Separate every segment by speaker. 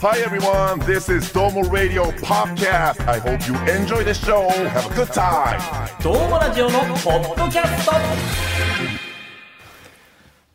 Speaker 1: Hi everyone, this is Domo Radio Podcast. I hope you enjoy the show. Have a good time.
Speaker 2: どうもラジオのポッドキャスト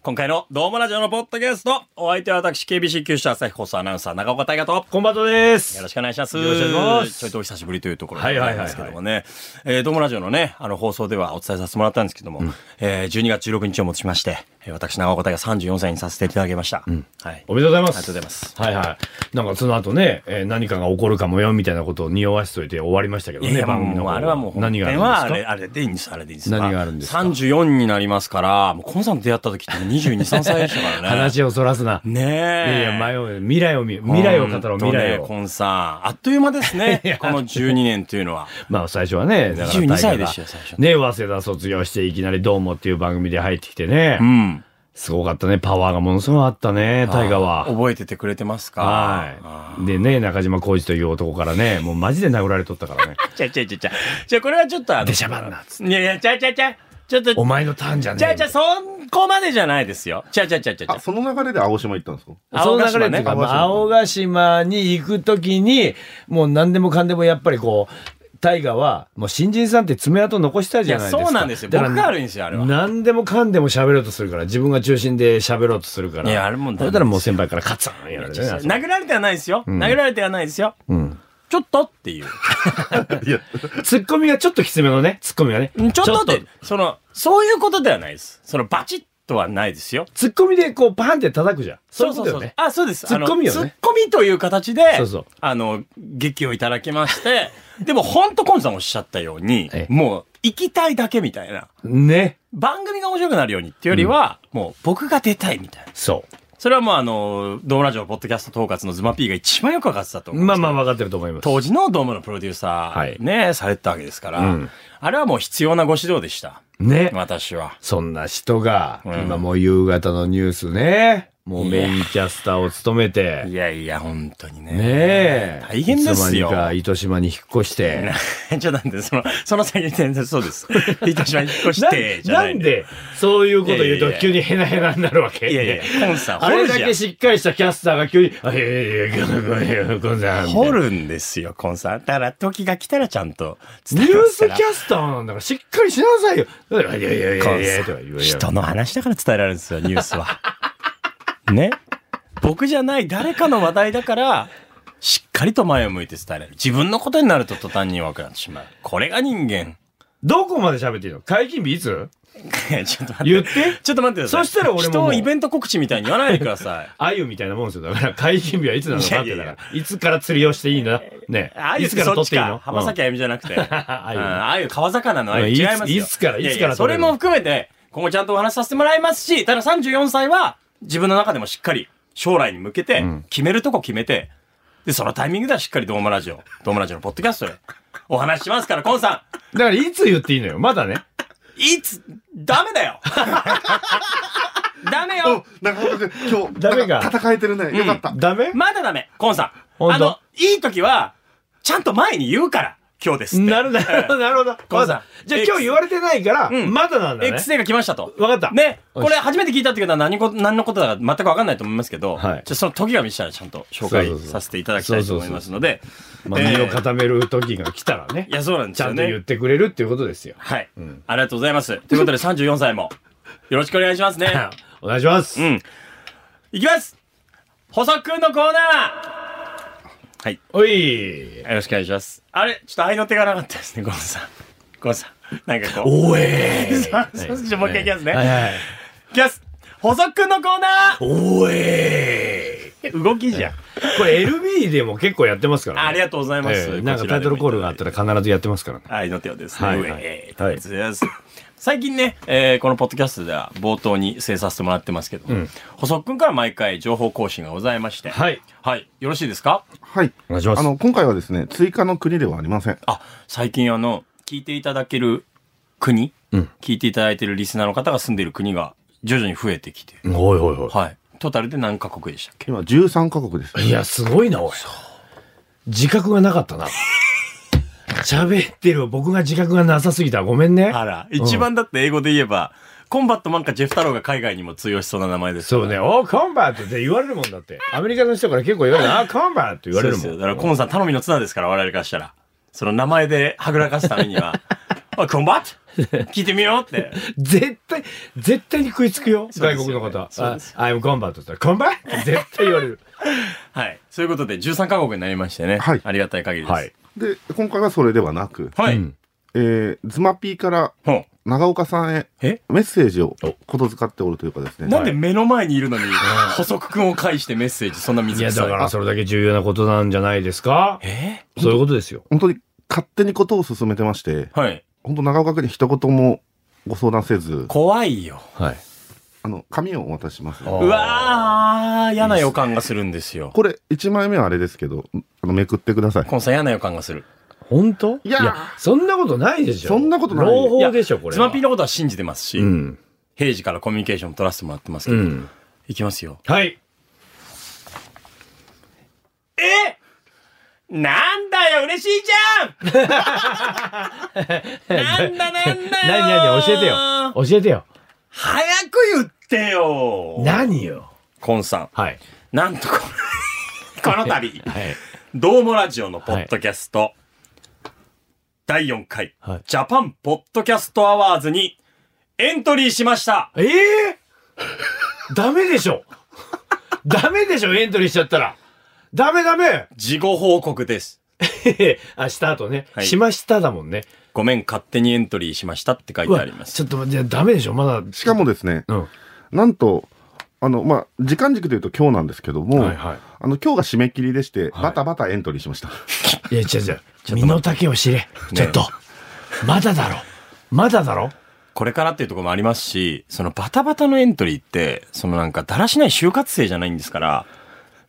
Speaker 2: 今回のどうもラジオのポッドキャストお相手は私 KBC 九州朝日放送アナウンサー長岡大和と
Speaker 3: コンバトです。
Speaker 2: よろしくお願いします。
Speaker 3: よろしくお願いします
Speaker 2: ちょいとお久しぶりというところ
Speaker 3: は
Speaker 2: で
Speaker 3: い
Speaker 2: ご
Speaker 3: は
Speaker 2: ざい
Speaker 3: いはいはい
Speaker 2: ますけどもね。えー、ドームラジオのね、あの放送ではお伝えさせてもらったんですけども、えー、12月16日をもちまして、えー私、長岡大が34歳にさせていただきました。はい。
Speaker 3: おめでとうございます。
Speaker 2: ありがとうございます
Speaker 3: はいはい。なんかその後ね、えー何かが起こるかもよみたいなことを匂わしといて終わりましたけど
Speaker 2: い
Speaker 3: ね、
Speaker 2: や
Speaker 3: 番組の
Speaker 2: も
Speaker 3: 方
Speaker 2: うあれはもう本
Speaker 3: 何
Speaker 2: 編
Speaker 3: があるん
Speaker 2: はあれあれ
Speaker 3: です
Speaker 2: でいいんですあれでいいんです
Speaker 3: 何があるんですか
Speaker 2: 三十四になりますからもうコンさんと出会った時って22、3歳でしたからね
Speaker 3: か話をそらすな。
Speaker 2: ね
Speaker 3: い
Speaker 2: え
Speaker 3: やいや、迷う。未来を見、未来を語ろう、未
Speaker 2: 本
Speaker 3: 来
Speaker 2: 当ねコ
Speaker 3: を。
Speaker 2: ンさんあっという間です ねこの12年というのは
Speaker 3: まあ最初はね、だから
Speaker 2: 22歳
Speaker 3: 大河
Speaker 2: で
Speaker 3: が
Speaker 2: したよ最初
Speaker 3: ね、早稲田卒業していきなりどうもっていう番組で入ってきてね
Speaker 2: う。ん
Speaker 3: すごかったね。パワーがものすごくあったね、大河は。
Speaker 2: 覚えててくれてますか
Speaker 3: は。い。でね、中島浩二という男からね、もうマジで殴られとったから ね。
Speaker 2: ちゃちゃちゃちゃ。じゃあこれはちょっとあの。
Speaker 3: 出しゃばんなっつ
Speaker 2: いやいや、ちゃちゃちゃ。ちょっと。
Speaker 3: お前のターンじゃねえ
Speaker 2: じゃ
Speaker 3: よ
Speaker 2: あじゃあそこまでじゃないですよ。ちゃちゃちゃちゃちゃ
Speaker 4: あ、。その流れで青島行ったんですか
Speaker 3: その流れっていう
Speaker 2: 青ヶ島ね
Speaker 3: か、まあ、青ヶ島に行くときに、もう何でもかんでもやっぱりこう、大河は、もう新人さんって爪痕残したいじゃないですか。
Speaker 2: いやそうなんですよ
Speaker 3: だから
Speaker 2: 僕が悪いんですよあれは
Speaker 3: 何でもかんでも喋ろうとするから、自分が中心で喋ろうとするから。
Speaker 2: いやあれもうダメです
Speaker 3: だ
Speaker 2: よ
Speaker 3: ったらもう先輩からカツンやられてね。あそこ
Speaker 2: 殴られてはないですよ。殴られてはないですよ。ちょっとっていう。
Speaker 4: いや、
Speaker 3: ツッコミがちょっときつめのね、ツッコミがね。
Speaker 2: ちょっとって、その、そういうことではないです。その、バチッとはないですよ。
Speaker 3: ツッコミでこう、パンって叩くじゃん。そういうことよね。
Speaker 2: あ、そうです。
Speaker 3: ツッコミよね
Speaker 2: あのツッコミという形で、
Speaker 3: そうそう
Speaker 2: あの、劇をいただきまして、 でも本当コンさんおっしゃったように
Speaker 3: え、え
Speaker 2: もう、行きたいだけみたいな。
Speaker 3: ね。
Speaker 2: 番組が面白くなるようにっていうよりは、もう僕が出たいみたいな。
Speaker 3: そ
Speaker 2: それはもうあの、ドームラジオポッドキャスト統括のズマピーが一番よくわかってたと
Speaker 3: う。
Speaker 2: 思うんで
Speaker 3: ますあ
Speaker 2: けど。
Speaker 3: まあ分かってると思います。
Speaker 2: 当時のドームのプロデューサ
Speaker 3: は
Speaker 2: ー
Speaker 3: い
Speaker 2: ね、されてたわけですから、
Speaker 3: うん
Speaker 2: あれはもう必要なご指導でした。
Speaker 3: ね。
Speaker 2: 私は。
Speaker 3: そんな人が、
Speaker 2: ん
Speaker 3: 今もう夕方のニュースね、もうメインキャスターを務め
Speaker 2: い
Speaker 3: て、
Speaker 2: やいや、本当にね。
Speaker 3: ねえ。
Speaker 2: 大変です
Speaker 3: いつ
Speaker 2: よ
Speaker 3: まに。か糸島に引っ越して。
Speaker 2: ちょっとなんで、その、その先に全然そう です。糸島に引っ越して、じゃ
Speaker 3: な
Speaker 2: ない
Speaker 3: んで、そういうこと言う
Speaker 2: いやいやい
Speaker 3: と
Speaker 2: や
Speaker 3: 急にヘナヘナになるわけ
Speaker 2: いやいやいやコンさん
Speaker 3: あ
Speaker 2: 掘る
Speaker 3: れ
Speaker 2: じゃん
Speaker 3: だけしっかりしたキャスターが急に、あ、いやいやいや、ごめんごめんごめんごめんなさい
Speaker 2: 掘るんですよ、コンさん。だから、時が来たらちゃんと
Speaker 3: ニ
Speaker 2: 伝
Speaker 3: ュ
Speaker 2: え
Speaker 3: ー
Speaker 2: ます
Speaker 3: ス
Speaker 2: から。
Speaker 3: キャスターなんだからしっかりしなさいよ。いやいやいやい
Speaker 2: コンさん
Speaker 3: やいや、とか言われ
Speaker 2: 人の話だから伝えられるんですよ、ニュース は。ね僕じゃない誰かの話題だから、しっかりと前を向いて伝えられる。自分のことになると途端に弱くなってしまう。これが人間。
Speaker 3: どこまで喋っていいの解禁日いつ
Speaker 2: ちょっと待って。
Speaker 3: 言って
Speaker 2: ちょっと待ってください。
Speaker 3: そしたら俺も
Speaker 2: 人
Speaker 3: も
Speaker 2: を
Speaker 3: う
Speaker 2: イベント告知みたいに言わないでください。
Speaker 3: あゆみたいなもんですよ。だ から、解禁日はいつなのかっ
Speaker 2: いや
Speaker 3: て、
Speaker 2: いや
Speaker 3: だ
Speaker 2: いや
Speaker 3: から、いつから釣りをしていいんだね。
Speaker 2: あゆ
Speaker 3: いつから
Speaker 2: そ
Speaker 3: 取
Speaker 2: っ
Speaker 3: っ
Speaker 2: ち
Speaker 3: ていい
Speaker 2: か
Speaker 3: の
Speaker 2: 浜崎あゆみじゃなく て。
Speaker 3: あゆ
Speaker 2: うんあゆ川魚のあゆ
Speaker 3: うん
Speaker 2: 違いますよ。
Speaker 3: いついつからいつから
Speaker 2: ややそ
Speaker 3: 取
Speaker 2: れ
Speaker 3: れる
Speaker 2: も含めて、今後ちゃんとお話しさせてもらいますし、ただ34歳は自分の中でもしっかり将来に向けて、決めるとこ決めて、で、そのタイミングではしっかりドームラジオ、ドームラジオのポッドキャストでお話ししますから、コンさ
Speaker 3: うんだから、いつ言っていいのよ。まだね。
Speaker 2: ん。いつ、ダメだよ ダメよ
Speaker 4: 中岡君、今日、
Speaker 3: ダメか
Speaker 4: なん戦えてるね。よかった。
Speaker 3: ダメ
Speaker 2: まだダメコンさん。
Speaker 3: 本
Speaker 2: あ
Speaker 3: 当
Speaker 2: の、いい時は、ちゃんと前に言うから、今日ですって。
Speaker 3: なるなるほど、なるほど。
Speaker 2: コ
Speaker 3: ま
Speaker 2: ウさん
Speaker 3: だ。じゃあ今日言われてないから、
Speaker 2: ん
Speaker 3: まだなんだね。
Speaker 2: X デーが来ましたと。
Speaker 3: わかった
Speaker 2: ね、
Speaker 3: よ
Speaker 2: こ
Speaker 3: し
Speaker 2: れ初めて聞いたっていう方は何こ何のことだか全くわかんないと思いますけど、
Speaker 3: はい
Speaker 2: じゃあその時が見せたらちゃんと紹
Speaker 3: そう
Speaker 2: 介
Speaker 3: そうそう
Speaker 2: させていただきたいと思いますので、
Speaker 3: まあ
Speaker 2: えー
Speaker 3: 身を固める時が来たらね
Speaker 2: い。や、そうなんで
Speaker 3: ち
Speaker 2: す
Speaker 3: ゃ
Speaker 2: よ
Speaker 3: んと
Speaker 2: ね。
Speaker 3: 言ってくれるっていうことですよ。
Speaker 2: はい、ありがとうございます。ということで34歳もよろしくお願いしますね。
Speaker 3: お願いします。
Speaker 2: うん。いきます補足のコーナー
Speaker 3: おい。
Speaker 2: よろしくお願いします。あれちょっと愛の手がなかったですね、ゴンさん。ゴンさん。なんかこう。
Speaker 3: おえー。
Speaker 2: じゃあもう一回いきますね。
Speaker 3: はいはい。
Speaker 2: いきます補足のコーナ
Speaker 3: おえ
Speaker 2: ー動きじゃん。
Speaker 3: ー。これ LB でも結構やってますからね。
Speaker 2: ありがとうございます。
Speaker 3: ええなんかタイトルコールがあったら必ずやってますからね。
Speaker 2: 愛の手をですね、
Speaker 3: はい
Speaker 2: 上へ
Speaker 3: はい
Speaker 2: えーありがとうございます最近ね、えーこのポッドキャストでは冒頭に制させてもらってますけど、細くんから毎回情報更新がございまして、
Speaker 3: はい。
Speaker 2: はい、よろしいですか
Speaker 4: はい。
Speaker 3: お願いします
Speaker 4: あの、今回はですね、追加の国ではありません。
Speaker 2: あ、最近あの、聞いていただける国、聞いていただいてるリスナーの方が住んでる国が徐々に増えてきて、
Speaker 3: おいおいおい。
Speaker 2: はい、トータルで何カ国でしたっけ
Speaker 4: 今、13カ国です。
Speaker 3: いや、すごいな、おい。自覚がなかったな。喋ってる僕が自覚がなさすぎた。ごめんね。
Speaker 2: あら、一番だって英語で言えば、コンバットマンかジェフ太郎が海外にも通用しそうな名前です。
Speaker 3: そうね、おー、コンバートって言われるもんだって。アメリカの人から結構言われる、あー、コンバートって言われるも
Speaker 2: そうですよ
Speaker 3: ん。
Speaker 2: だから、コンさん頼みの綱ですから、我々からしたら。その名前ではぐらかすためには、 おい、コンバット聞いてみようって。
Speaker 3: 絶対、絶対に食いつくよ、
Speaker 2: そうで
Speaker 3: 外
Speaker 2: すよ
Speaker 3: 国
Speaker 2: ね
Speaker 3: の方。あ
Speaker 2: そうです
Speaker 3: I'm コンバートって言ったら、コンバートって絶対言われる。
Speaker 2: はい。そういうことで、13カ国になりましてね。
Speaker 4: はい
Speaker 2: ありがたい限りです。
Speaker 3: はい。。
Speaker 4: で、今回はそれではなく、
Speaker 2: はい。
Speaker 4: えー、ズマピーから
Speaker 2: ほう
Speaker 4: 長岡さんへ
Speaker 2: え
Speaker 4: メッセージをことづかっておるというかですね。
Speaker 2: なんで目の前にいるのに、補足くんを介してメッセージ、そんな水
Speaker 3: いや、
Speaker 2: 臭
Speaker 3: だ
Speaker 2: い。
Speaker 3: からそれだけ重要なことなんじゃないですか
Speaker 2: え
Speaker 3: そういうことですよ。
Speaker 4: 本当に勝手にことを進めてまして、
Speaker 2: はい。
Speaker 4: 本当長岡君に一言もご相談せず、
Speaker 2: 怖いよ。
Speaker 3: はい。
Speaker 4: あの、紙をお渡しします。
Speaker 3: あ
Speaker 2: うわー、嫌な予感がするんですよ。
Speaker 4: これ、1枚目はあれですけど、あのめくってください。
Speaker 2: コンさん嫌な予感がする。
Speaker 3: 本当
Speaker 4: いや
Speaker 3: そんなことないでしょ。
Speaker 4: そんなことない
Speaker 2: い
Speaker 3: 朗
Speaker 2: や
Speaker 3: 報でしょ、これは。
Speaker 2: スマピーのことは信じてますし、
Speaker 3: うん。
Speaker 2: 平時からコミュニケーション取らせてもらってますけ
Speaker 3: う
Speaker 2: ど、
Speaker 3: ん。
Speaker 2: いきますよ。
Speaker 3: はい。
Speaker 2: えなんだよ、嬉しいじゃんなんだなんだよ
Speaker 3: 何何教えてよ。教えてよ。
Speaker 2: 早く言ってよ
Speaker 3: 何よ。
Speaker 2: コンさん、
Speaker 3: はい。
Speaker 2: なん とこのこの度、
Speaker 3: はい。
Speaker 2: どうもラジオのポッドキャスト、第4回、
Speaker 3: はい
Speaker 2: ジャパンポッドキャストアワーズにエントリーしました
Speaker 3: ええ ダメでしょダメでしょエントリーしちゃったらダメダメ
Speaker 2: 事後報告です。
Speaker 3: へへあ、した後ね、
Speaker 2: はい
Speaker 3: しましただもんね。
Speaker 2: ごめん、勝手にエントリーしましたって書いうてあ
Speaker 3: わ
Speaker 2: ります。
Speaker 3: ちょっと待って、ダメでしょまだ。
Speaker 4: しかもですね、
Speaker 3: うん。
Speaker 4: なんと、あの、まあ、時間軸で言うと今日なんですけども、
Speaker 3: はいはい
Speaker 4: あの、今日が締め切りでして、
Speaker 3: い
Speaker 4: バタバタエントリーしました。
Speaker 3: いや、違う違う。身の丈を知れ。ちょっと。まだだろ。まだだろ。
Speaker 2: これからっていうところもありますし、そのバタバタのエントリーって、そのなんかだらしない就活生じゃないんですから、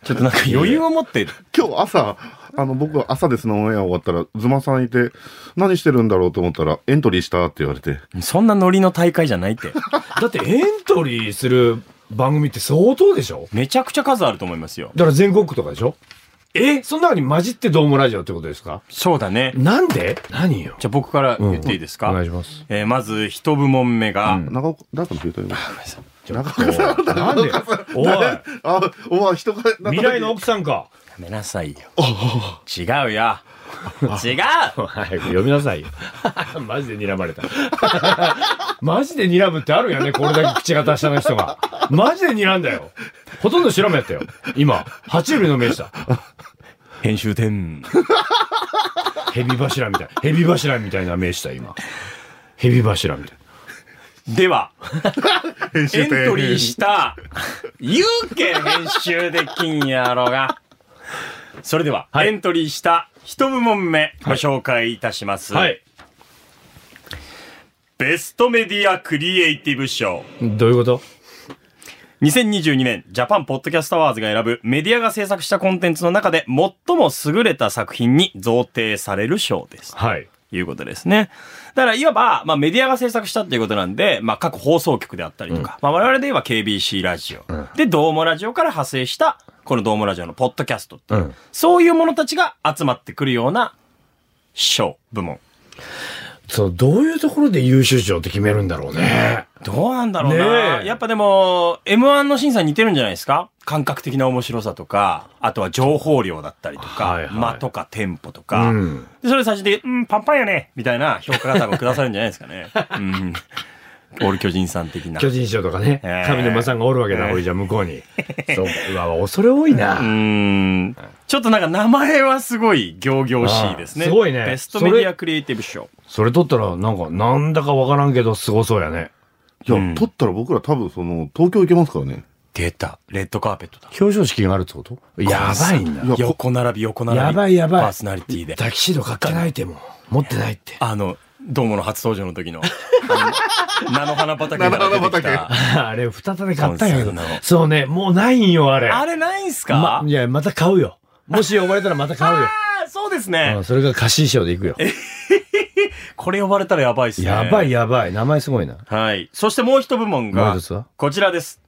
Speaker 2: ちょっとなんか余裕を持って、
Speaker 4: 今日朝、あの、僕は朝ですのオンエア終わったら、ズマさんいて、何してるんだろうと思ったら、エントリーしたって言われて、
Speaker 2: そんなノリの大会じゃないって。
Speaker 3: だってエントリーする番組って相当でしょ
Speaker 2: めちゃくちゃ数あると思いますよ。
Speaker 3: だから全国区とかでしょえその中に混じってドームラジオってことですか
Speaker 2: そうだね。
Speaker 3: なんで何よ。
Speaker 2: じゃあ僕から言っていいですか、
Speaker 3: お願いします。
Speaker 2: えーまず一部門目が、
Speaker 4: 長岡、誰かの言う と今長岡さん、
Speaker 3: なんでおい
Speaker 4: あ、おわ、人が、
Speaker 3: 未来の奥さんか。
Speaker 2: やめなさいよ。 違うよ。違う
Speaker 3: 早く読みなさいよ。 マジで睨まれた。 マジで睨むってあるよね、これだけ口が達者な人が。マジで睨んだよ。ほとんど白目やったよ。今、爬虫類の目した。
Speaker 2: 編集点。
Speaker 3: ヘビ柱みたい。ヘビ柱みたいな目した、今。ヘビ柱みたい。
Speaker 2: では、
Speaker 4: エン
Speaker 2: エントリーした、言うけ編集できんやろが。それでは、
Speaker 3: はい
Speaker 2: エントリーした一部門目、ご紹介いたします。
Speaker 3: はい。
Speaker 2: ベストメディアクリエイティブ賞。
Speaker 3: どういうこと
Speaker 2: 2022年ジャパンポッドキャストアワーズが選ぶメディアが制作したコンテンツの中で最も優れた作品に贈呈される賞です。
Speaker 3: はい。
Speaker 2: ということですね。だから、いわば、まあ、メディアが制作したっていうことなんで、まあ、各放送局であったりとか、まあ、我々で言えば KBC ラジオ、で、ドーモラジオから派生した、このドーモラジオのポッドキャストっていう、
Speaker 3: うん
Speaker 2: そういうものたちが集まってくるような、賞、部門。
Speaker 3: そう、どういうところで優秀賞って決めるんだ ろうね。
Speaker 2: どうなんだろうな、
Speaker 3: ねえ
Speaker 2: やっぱでも、M1 の審査に似てるんじゃないですか感覚的な面白さとか、あとは情報量だったりとか、
Speaker 3: はいはい
Speaker 2: 間とかテンポとか、
Speaker 3: うん
Speaker 2: でそれ最初で、うん、パンパンやねみたいな評価が多分下されるんじゃないですか ね。うん。オール巨人さん的な。
Speaker 3: 巨人賞とかね
Speaker 2: えー。
Speaker 3: 上沼さんがおるわけだ、
Speaker 2: えー
Speaker 3: 俺じゃ向こ うに。そう、うわ、恐れ多いうな。
Speaker 2: ん。ちょっとなんか名前はすごい行々しいですね。
Speaker 3: ああすごいね
Speaker 2: ベストメディアクリエイティブ賞。
Speaker 3: それ取ったら、なんか、なんだかわからんけど、すごそうやね。
Speaker 4: いや、
Speaker 2: うん
Speaker 4: 取ったら僕ら多分その、東京行けますからね。
Speaker 2: 出た。レッドカーペットだ。
Speaker 3: 表彰式があるってことやばいんだ。
Speaker 4: や
Speaker 2: 横並び、横並び。
Speaker 3: やばいやばい
Speaker 2: パーソナリティで。
Speaker 3: タキシード買ってないってもう持ってな いって。
Speaker 2: あの、どうもの初登場の時の、あの菜の花畑から出てき
Speaker 4: 菜の
Speaker 2: た。
Speaker 3: あれ、再び買ったんやけ
Speaker 2: コ
Speaker 3: ど
Speaker 2: ンサート。
Speaker 3: そうね、もうないんよ、あれ。
Speaker 2: あれないんすか、
Speaker 3: ま、いや、また買 うよ。もし呼ばれたらまた買うよ。
Speaker 2: あーそうですね、
Speaker 3: うんそれが歌詞賞で行くよ。
Speaker 2: これ呼ばれたらやばいっすね。
Speaker 3: やばいやばい。名前すごいな。
Speaker 2: はい。そしてもう一部門が
Speaker 3: もう一つは、
Speaker 2: こちらです。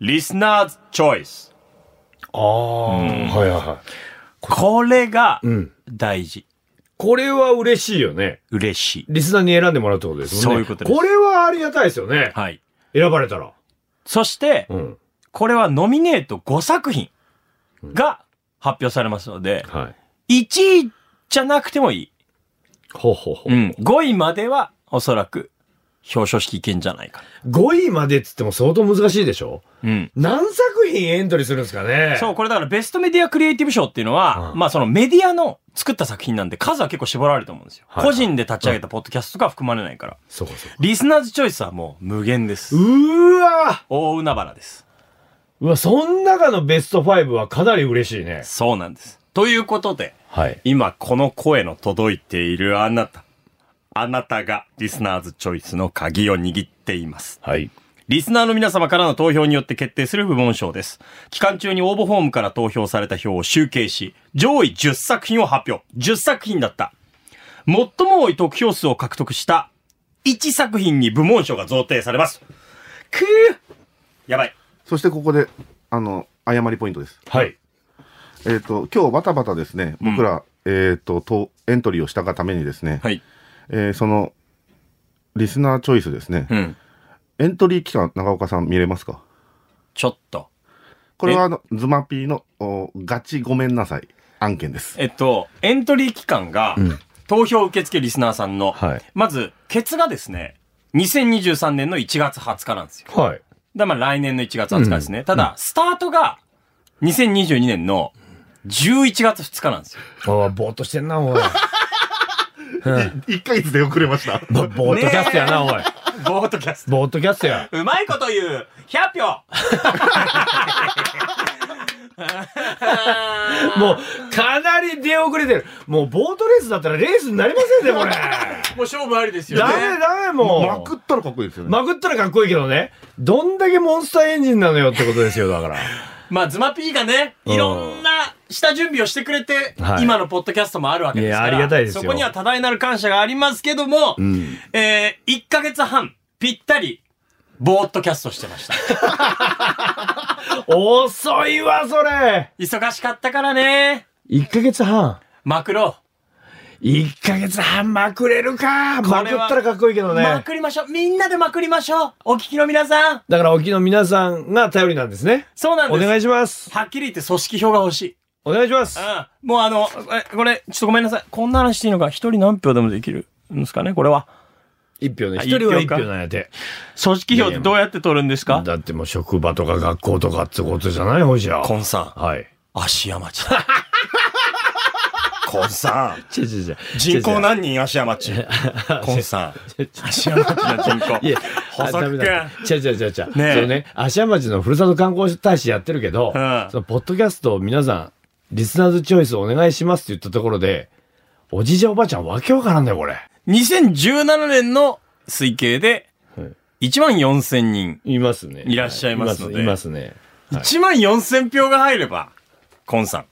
Speaker 2: リスナーズ・チョイス。
Speaker 3: ああ、はいはいはい。
Speaker 2: これが
Speaker 3: ん、
Speaker 2: 大事。
Speaker 3: これは嬉しいよね。
Speaker 2: 嬉しい。
Speaker 3: リスナーに選んでもらうってことですも
Speaker 2: そ
Speaker 3: んね。
Speaker 2: ういうことです
Speaker 3: これはありがたいですよね。
Speaker 2: はい。
Speaker 3: 選ばれたら。
Speaker 2: そして、
Speaker 3: ん。
Speaker 2: これはノミネート5作品が発表されますので、
Speaker 3: はい。
Speaker 2: 1位じゃなくてもいい。
Speaker 3: ほうほうほう。
Speaker 2: うん。5位までは、おそらく、表彰式いけんじゃないか
Speaker 3: 5位までっつっても相当難しいでしょ
Speaker 2: な。うん。
Speaker 3: 何作品エントリーするんですかね
Speaker 2: そう、これだからベストメディアクリエイティブ賞っていうのは、
Speaker 3: うん
Speaker 2: まあそのメディアの作った作品なんで数は結構絞られると思うんですよ。
Speaker 3: はいはい
Speaker 2: 個人で立ち上げたポッドキャストとかは含まれないから。
Speaker 3: そうかそうか。
Speaker 2: リスナーズチョイスはもう無限です。
Speaker 3: うーわ
Speaker 2: 大海原です。
Speaker 3: うわ、そん中のベスト5はかなり嬉しいね。
Speaker 2: そうなんです。ということで、
Speaker 3: はい。
Speaker 2: 今この声の届いているあなた。あなたがリスナーズチョイスの鍵を握っています。
Speaker 3: はい。
Speaker 2: リスナーの皆様からの投票によって決定する部門賞です。期間中に応募フォームから投票された票を集計し、上位10作品を発表。10作品だった。最も多い得票数を獲得した1作品に部門賞が贈呈されます。くぅやばい。
Speaker 4: そしてここで、あの、誤りポイントです。
Speaker 3: はい。
Speaker 4: えっ、と、今日バタバタですね、僕ら、えっ、と、と、エントリーをしたがためにですね、
Speaker 2: はい。
Speaker 4: えーその、リスナーチョイスですね、
Speaker 2: うん。
Speaker 4: エントリー期間、長岡さん見れますか
Speaker 2: ちょっと。
Speaker 4: これは、あの、ズマピーの、おガチごめんなさい案件です。
Speaker 2: えっと、エントリー期間が、投票受付リスナーさんの、
Speaker 4: はい
Speaker 2: まず、ケツがですね、2023年の1月20日なんですよ。
Speaker 3: はい。
Speaker 2: だからまあ来年の1月20日ですね。ただ、スタートが2022年の11月2日なんですよ。
Speaker 3: ああ、ぼーっとしてんな、おい。
Speaker 4: 1ヶ月で遅れました。
Speaker 3: ぼぼーっとキャストやな、おい。
Speaker 2: ボートキャスト。
Speaker 3: ぼーっとキャストや。
Speaker 2: うまいこと言う !100 票
Speaker 3: もう、かなり出遅れてる。もう、ボートレースだったらレースになりませんね、これ。
Speaker 2: もう勝負ありです
Speaker 3: ダメダメ、もう。
Speaker 4: まくったらかっこいいですよね。
Speaker 3: まくったらかっこいいけどね。どんだけモンスターエンジンなのよってことですよ、だ から。
Speaker 2: まあ、ズマピーがね、いろんな下準備をしてくれて、
Speaker 3: はい
Speaker 2: 今のポッドキャストもあるわけですから。
Speaker 3: いやありがたいですよ
Speaker 2: そこには多大なる感謝がありますけども、えー、1ヶ月半、ぴったり、ボートキャストしてました。
Speaker 3: 遅いわ、それ
Speaker 2: 忙しかったからね、
Speaker 3: !1 ヶ月半。
Speaker 2: マクロ。
Speaker 3: 1ヶ月半まくれるかま
Speaker 2: こ
Speaker 3: く
Speaker 2: れは
Speaker 3: ったらかっこいいけどね。
Speaker 2: まくりましょう。みんなでまくりましょう。お聞きの皆さん。
Speaker 3: だから、沖の皆さんが頼りなんですね。
Speaker 2: そうなん
Speaker 3: お
Speaker 2: です。
Speaker 3: 願いします。
Speaker 2: はっきり言って組織票が欲しい。
Speaker 3: お願いします。
Speaker 2: うん。もうあの、えこれ、ちょっとごめんなさい。こんな話していいのか。一人何票でもできるんですかね、これは。
Speaker 3: 一票ね。
Speaker 2: あ
Speaker 3: 一人は一
Speaker 2: 一票か
Speaker 3: 票なんやて。
Speaker 2: 組織票ってどうやって取るんですか
Speaker 3: だってもう職場とか学校とかってことじゃないほいじゃ。
Speaker 2: コンさ
Speaker 3: はい。
Speaker 2: ん、芦屋町。 コンさん。
Speaker 3: ちょちょちょ。
Speaker 2: 人口何人芦屋町。コンさん。芦屋町の人口。
Speaker 3: いや、
Speaker 2: 補足くん
Speaker 3: ちゃちゃちゃちゃ。
Speaker 2: ねえ
Speaker 3: ねそうね、芦屋町のふるさと観光大使やってるけど、
Speaker 2: うん
Speaker 3: そのポッドキャストを皆さん、リスナーズチョイスお願いしますって言ったところで、おじいちゃんおばあちゃんわけわからんだよ、これ。
Speaker 2: 2017年の推計で
Speaker 3: はい、
Speaker 2: 1万4000人。
Speaker 3: いますね。
Speaker 2: いらっしゃいますので
Speaker 3: はいますいますね。
Speaker 2: 1万4000票が入れば、コンさん、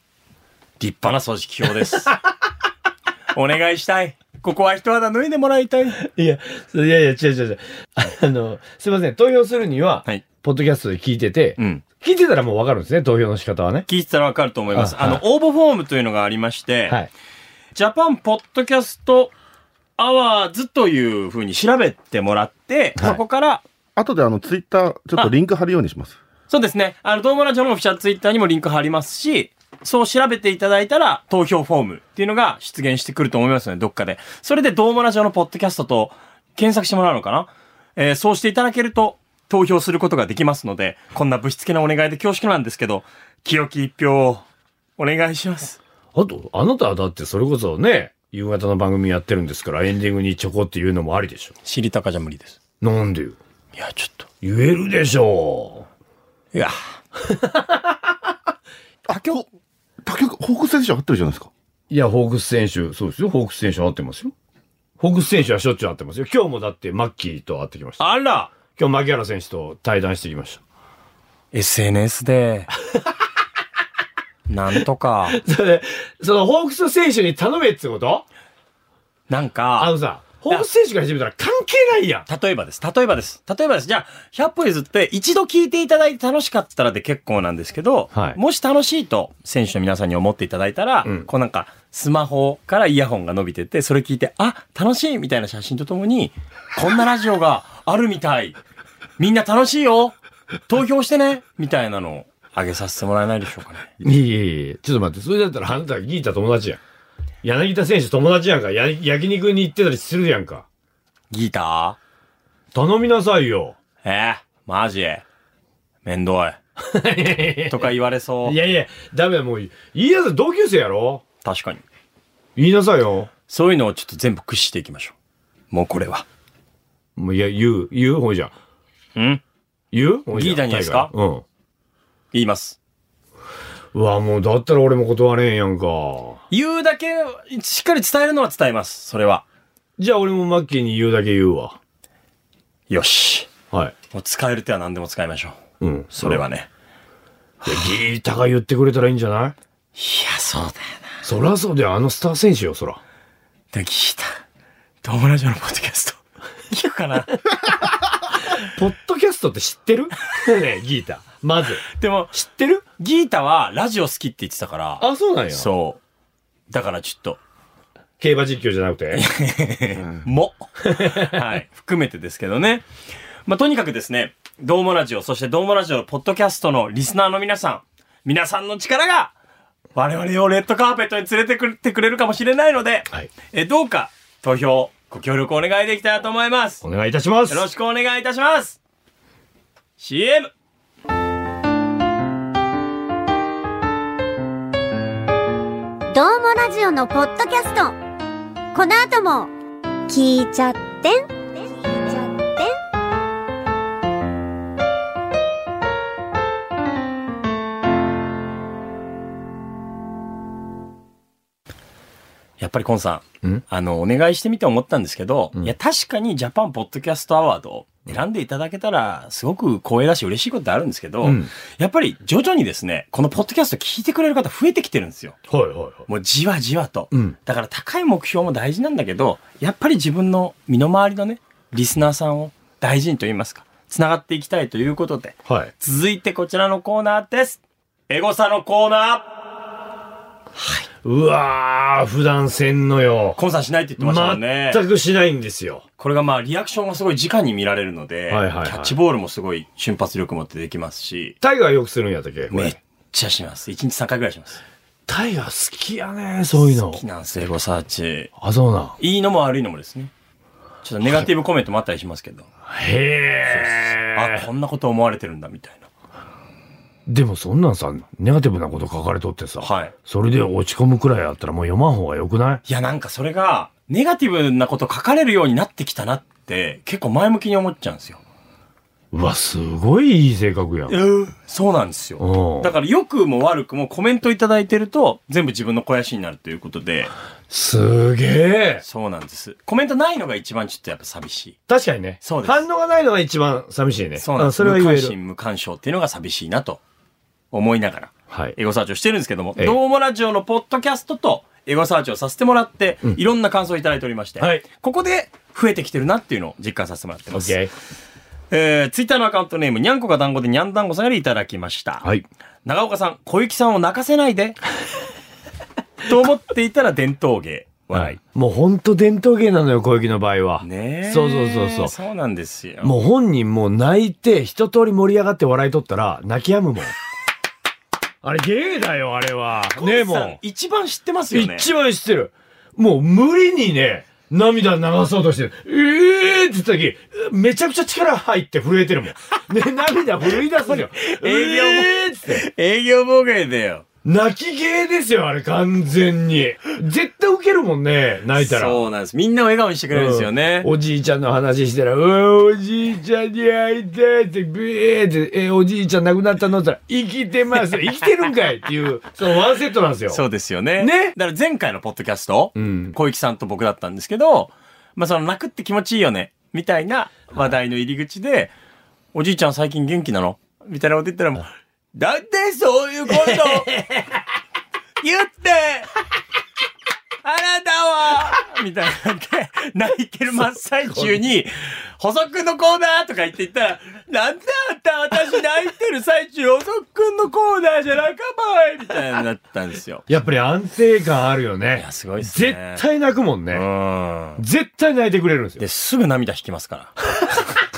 Speaker 2: 立派な組織票 です。お願いしたい。ここは一肌脱いでもらいたい。
Speaker 3: いや、そういやいや、違う違う違う。あの、すいません、投票するには、
Speaker 2: はい
Speaker 3: ポッドキャストで聞いてて、
Speaker 2: うん。
Speaker 3: 聞いてたらもうわかるんですね、投票の仕方はね。
Speaker 2: 聞いてたらわかると思います。
Speaker 3: あ
Speaker 2: あの、
Speaker 3: はい
Speaker 2: 応募フォームというのがありまして、
Speaker 3: はい。
Speaker 2: ジャパンポッドキャストアワーズというふうに調べてもらって、
Speaker 3: はい
Speaker 2: そこから、
Speaker 4: あとで、あの、ツイッター、ちょっとリンク貼るようにします。
Speaker 2: そうですね、あの、ドームラジオのオフィシャルツイッターにもリンク貼りますし、そう調べていただいたら、投票フォームっていうのが出現してくると思いますので、どっかで。それで、ドームラジオのポッドキャストと検索してもらうのかなえーそうしていただけると、投票することができますので、こんなぶしつけなお願いで恐縮なんですけど、清き一票をお願いします。
Speaker 3: あと、あなたはだってそれこそね、夕方の番組やってるんですから、エンディングにちょこっていうのもありでしょ。
Speaker 2: 知りたかじゃ無理です。
Speaker 3: なんでよ。
Speaker 2: いや、ちょっと。
Speaker 3: 言えるでしょ
Speaker 2: いや、
Speaker 4: あ、今日、他局、ホークス選手合ってるじゃないですか。
Speaker 3: う。いや、ホークス選手、そうですよ。ホークス選手合ってますよ。ホークス選手はしょっちゅう会ってますよ。今日もだってマッキーと会ってきました。
Speaker 2: あら
Speaker 3: 今日牧原選手と対談してきまし
Speaker 2: !SNS で、なんとか、
Speaker 3: た。それで、そのホークス選手に頼めってこと
Speaker 2: なん
Speaker 3: あ
Speaker 2: か
Speaker 3: の、さ、ホークス選手が始めたら関係ないやん。
Speaker 2: 例えばです。例えばです。例えばです。じゃあ、100歩譲って、一度聞いていただいて楽しかったらで結構なんですけど、
Speaker 3: はい
Speaker 2: もし楽しいと、選手の皆さんに思っていただいたら、
Speaker 3: うん
Speaker 2: こうなんか、スマホからイヤホンが伸びてって、それ聞いて、あ、楽しいみたいな写真とともに、こんなラジオがあるみたい。みんな楽しいよ投票してねみたいなのをあげさせてもらえないでしょうかね。
Speaker 3: いえいえいえ、ちょっと待って、それだったらあなたギータ友達やん。柳田選手友達やんか。や焼肉に行ってたりするやんか。
Speaker 2: ギタ
Speaker 3: 頼みなさいよ。
Speaker 2: ーえー、マジめんど い。とか言われそう
Speaker 3: い。やいや、ダメだ、もう、言いなさい、同級生やろ
Speaker 2: 確かに。
Speaker 3: 言いなさいよ。
Speaker 2: そういうのをちょっと全部駆使していきましょう。もうこれは。
Speaker 3: もう、いや、言う、言うほいじゃ。
Speaker 2: うん
Speaker 3: 言うほいじ
Speaker 2: ギ
Speaker 3: ゃ
Speaker 2: ータにですか
Speaker 3: 大会うん。
Speaker 2: 言います。
Speaker 3: うわ、もう、だったら俺も断れんやんか。
Speaker 2: 言うだけ、しっかり伝えるのは伝えます。それは。
Speaker 3: じゃあ俺もマッキーに言うだけ言うわ。
Speaker 2: よし。
Speaker 3: はい。
Speaker 2: もう使える手は何でも使いましょう。
Speaker 3: うん。
Speaker 2: それはね。
Speaker 3: いや。ギータが言ってくれたらいいんじゃない
Speaker 2: いや、そうだよな。
Speaker 3: そらそうだよ、あのスター選手よ、そら。
Speaker 2: でも聞いた。友達のポッドキャスト。聞くかな
Speaker 3: ポッドキャストって知ってるねえギータ。まず。
Speaker 2: でも、
Speaker 3: 知ってる
Speaker 2: ギータはラジオ好きって言ってたから。
Speaker 3: あ、そうなんや。
Speaker 2: そう。だからちょっと、
Speaker 3: 競馬実況じゃなくて。
Speaker 2: も。はい。含めてですけどね。まあ、とにかくですね、ドーモラジオ、そしてドーモラジオのポッドキャストのリスナーの皆さん、皆さんの力が、我々をレッドカーペットに連れてくれてくれるかもしれないので、
Speaker 3: はい
Speaker 2: えどうか投票、ご協力お願いできたらと思います。
Speaker 3: お
Speaker 2: よ
Speaker 3: 願いいたします。
Speaker 2: ろしくお願いいたします。CM!
Speaker 5: どうもラジオのポッドキャストこの後も聞いちゃってん聞いちゃってん
Speaker 2: やっぱりコンさん、
Speaker 3: ん
Speaker 2: あの、お願いしてみて思ったんですけど、いや、確かにジャパンポッドキャストアワードを選んでいただけたら、すごく光栄だし嬉しいことってあるんですけど、
Speaker 3: うん
Speaker 2: やっぱり徐々にですね、このポッドキャスト聞いてくれる方増えてきてるんですよ。
Speaker 3: はいはいはい。
Speaker 2: もうじわじわと。
Speaker 3: うん
Speaker 2: だから高い目標も大事なんだけど、やっぱり自分の身の回りのね、リスナーさんを大事にと言いますか、繋がっていきたいということで、
Speaker 3: はい。
Speaker 2: 続いてこちらのコーナーです。エゴサのコーナー
Speaker 3: うわー、普段せんのよ。
Speaker 2: コンさんしないって言ってましたもんね。
Speaker 3: 全くしないんですよ。
Speaker 2: これがまあリアクションがすごい直に見られるので、
Speaker 3: はいはいはい
Speaker 2: キャッチボールもすごい瞬発力持ってできますし、
Speaker 3: タイガーよくするんやったっけこ
Speaker 2: めっ
Speaker 3: れ。
Speaker 2: ちゃします。1日3回ぐらいします。
Speaker 3: タイガー好きやねそういうの
Speaker 2: 好。きなんですエゴサーチ。
Speaker 3: あ、そうない
Speaker 2: いのも悪いのもですね。ちょっとネガティブコメントもあったりしますけど、
Speaker 3: ん。へ
Speaker 2: あ、こんなこと思われてるんだみたいな。
Speaker 3: ー。でもそんなんさ、ネガティブなこと書かれとってさ。
Speaker 2: はい。
Speaker 3: それで落ち込むくらいあったらもう読まん方がよくない
Speaker 2: いやなんかそれが、ネガティブなこと書かれるようになってきたなって、結構前向きに思っちゃうんですよ。
Speaker 3: うわ、すごいいい性格やん。
Speaker 2: そうなんですよ。
Speaker 3: うん
Speaker 2: だ。から良くも悪くもコメントいただいてると、全部自分の肥やしになるということで、
Speaker 3: すげえ。
Speaker 2: そうなんです。コメントないのが一番ちょっとやっぱ寂しい。
Speaker 3: 確かにね。
Speaker 2: そうです
Speaker 3: 反応がないのが一番寂しいね。
Speaker 2: そうなんで
Speaker 3: あ
Speaker 2: す。
Speaker 3: それは言
Speaker 2: 無
Speaker 3: え
Speaker 2: 関
Speaker 3: る。
Speaker 2: 心無干渉っていうのが寂しいなと思いながら、
Speaker 3: はい
Speaker 2: エ。ゴサーチをしてるんですけども、
Speaker 3: ええ
Speaker 2: どうもラジオのポッドキャストとエゴサーチをさせてもらって、
Speaker 3: ん
Speaker 2: いろんな感想をいただいておりまして、
Speaker 3: はい
Speaker 2: ここで増えてきてるなっていうのを実感させてもらって
Speaker 3: オ
Speaker 2: ま
Speaker 3: ッ
Speaker 2: す。
Speaker 3: ケー。
Speaker 2: えー、ツイッターのアカウントネーム、にゃんこが団子でにゃん団子さんよりいただきました。
Speaker 3: はい。
Speaker 2: 長岡さん、小雪さんを泣かせない で。と思っていたら伝統芸。笑い。
Speaker 3: もうほんと伝統芸なのよ、小雪の場合は。
Speaker 2: ねえ。
Speaker 3: そうそうそうそう。
Speaker 2: そうなんですよ。
Speaker 3: もう本人もう泣いて一通り盛り上がって笑いとったら泣き止むもん。 あれ芸だよ、あれは。ねえ
Speaker 2: コンさん
Speaker 3: も
Speaker 2: 一番知ってます
Speaker 3: う。
Speaker 2: よね。
Speaker 3: 一番知ってる。もう無理にね、涙流そうとしてる。ええー、って言った時、めちゃくちゃ力入って震えてるも ん。ね、涙震い出すのよ。
Speaker 2: 営業も
Speaker 3: えー、っつって。
Speaker 2: 営業妨害だよ。
Speaker 3: 泣き芸ですよ、あれ、完全に。絶対ウケるもんね、泣いたら。
Speaker 2: そうなんです。みんなを笑顔にしてくれるんですよね。
Speaker 3: うんおじいちゃんの話してら、うわおじいちゃんに会いたいって、ブエーって、えおじいちゃん亡くなったのって言ったら、生きてます。生きてるんかいっていう、そのワンセットなんですよ。
Speaker 2: そうですよね。
Speaker 3: ね
Speaker 2: だから前回のポッドキャスト、
Speaker 3: ん
Speaker 2: 小雪さんと僕だったんですけど、まあその泣くって気持ちいいよね、みたいな話題の入り口で、おじいちゃん最近元気なのみたいなこと言ったらもう、だってそういうこと言ってあなたはみたいな感じで、泣いてる真っ最中に、補足のコーナーとか言って言ったら、なんであんたは私泣いてる最中、おそっくんのコーナーじゃなかばいみたいになったんですよ。
Speaker 3: やっぱり安定感あるよね。
Speaker 2: いやすごいっす
Speaker 3: 絶
Speaker 2: ね
Speaker 3: 対泣くもんね。
Speaker 2: うん。
Speaker 3: 絶対泣いてくれるんですよ
Speaker 2: で、。すぐ涙引きますから。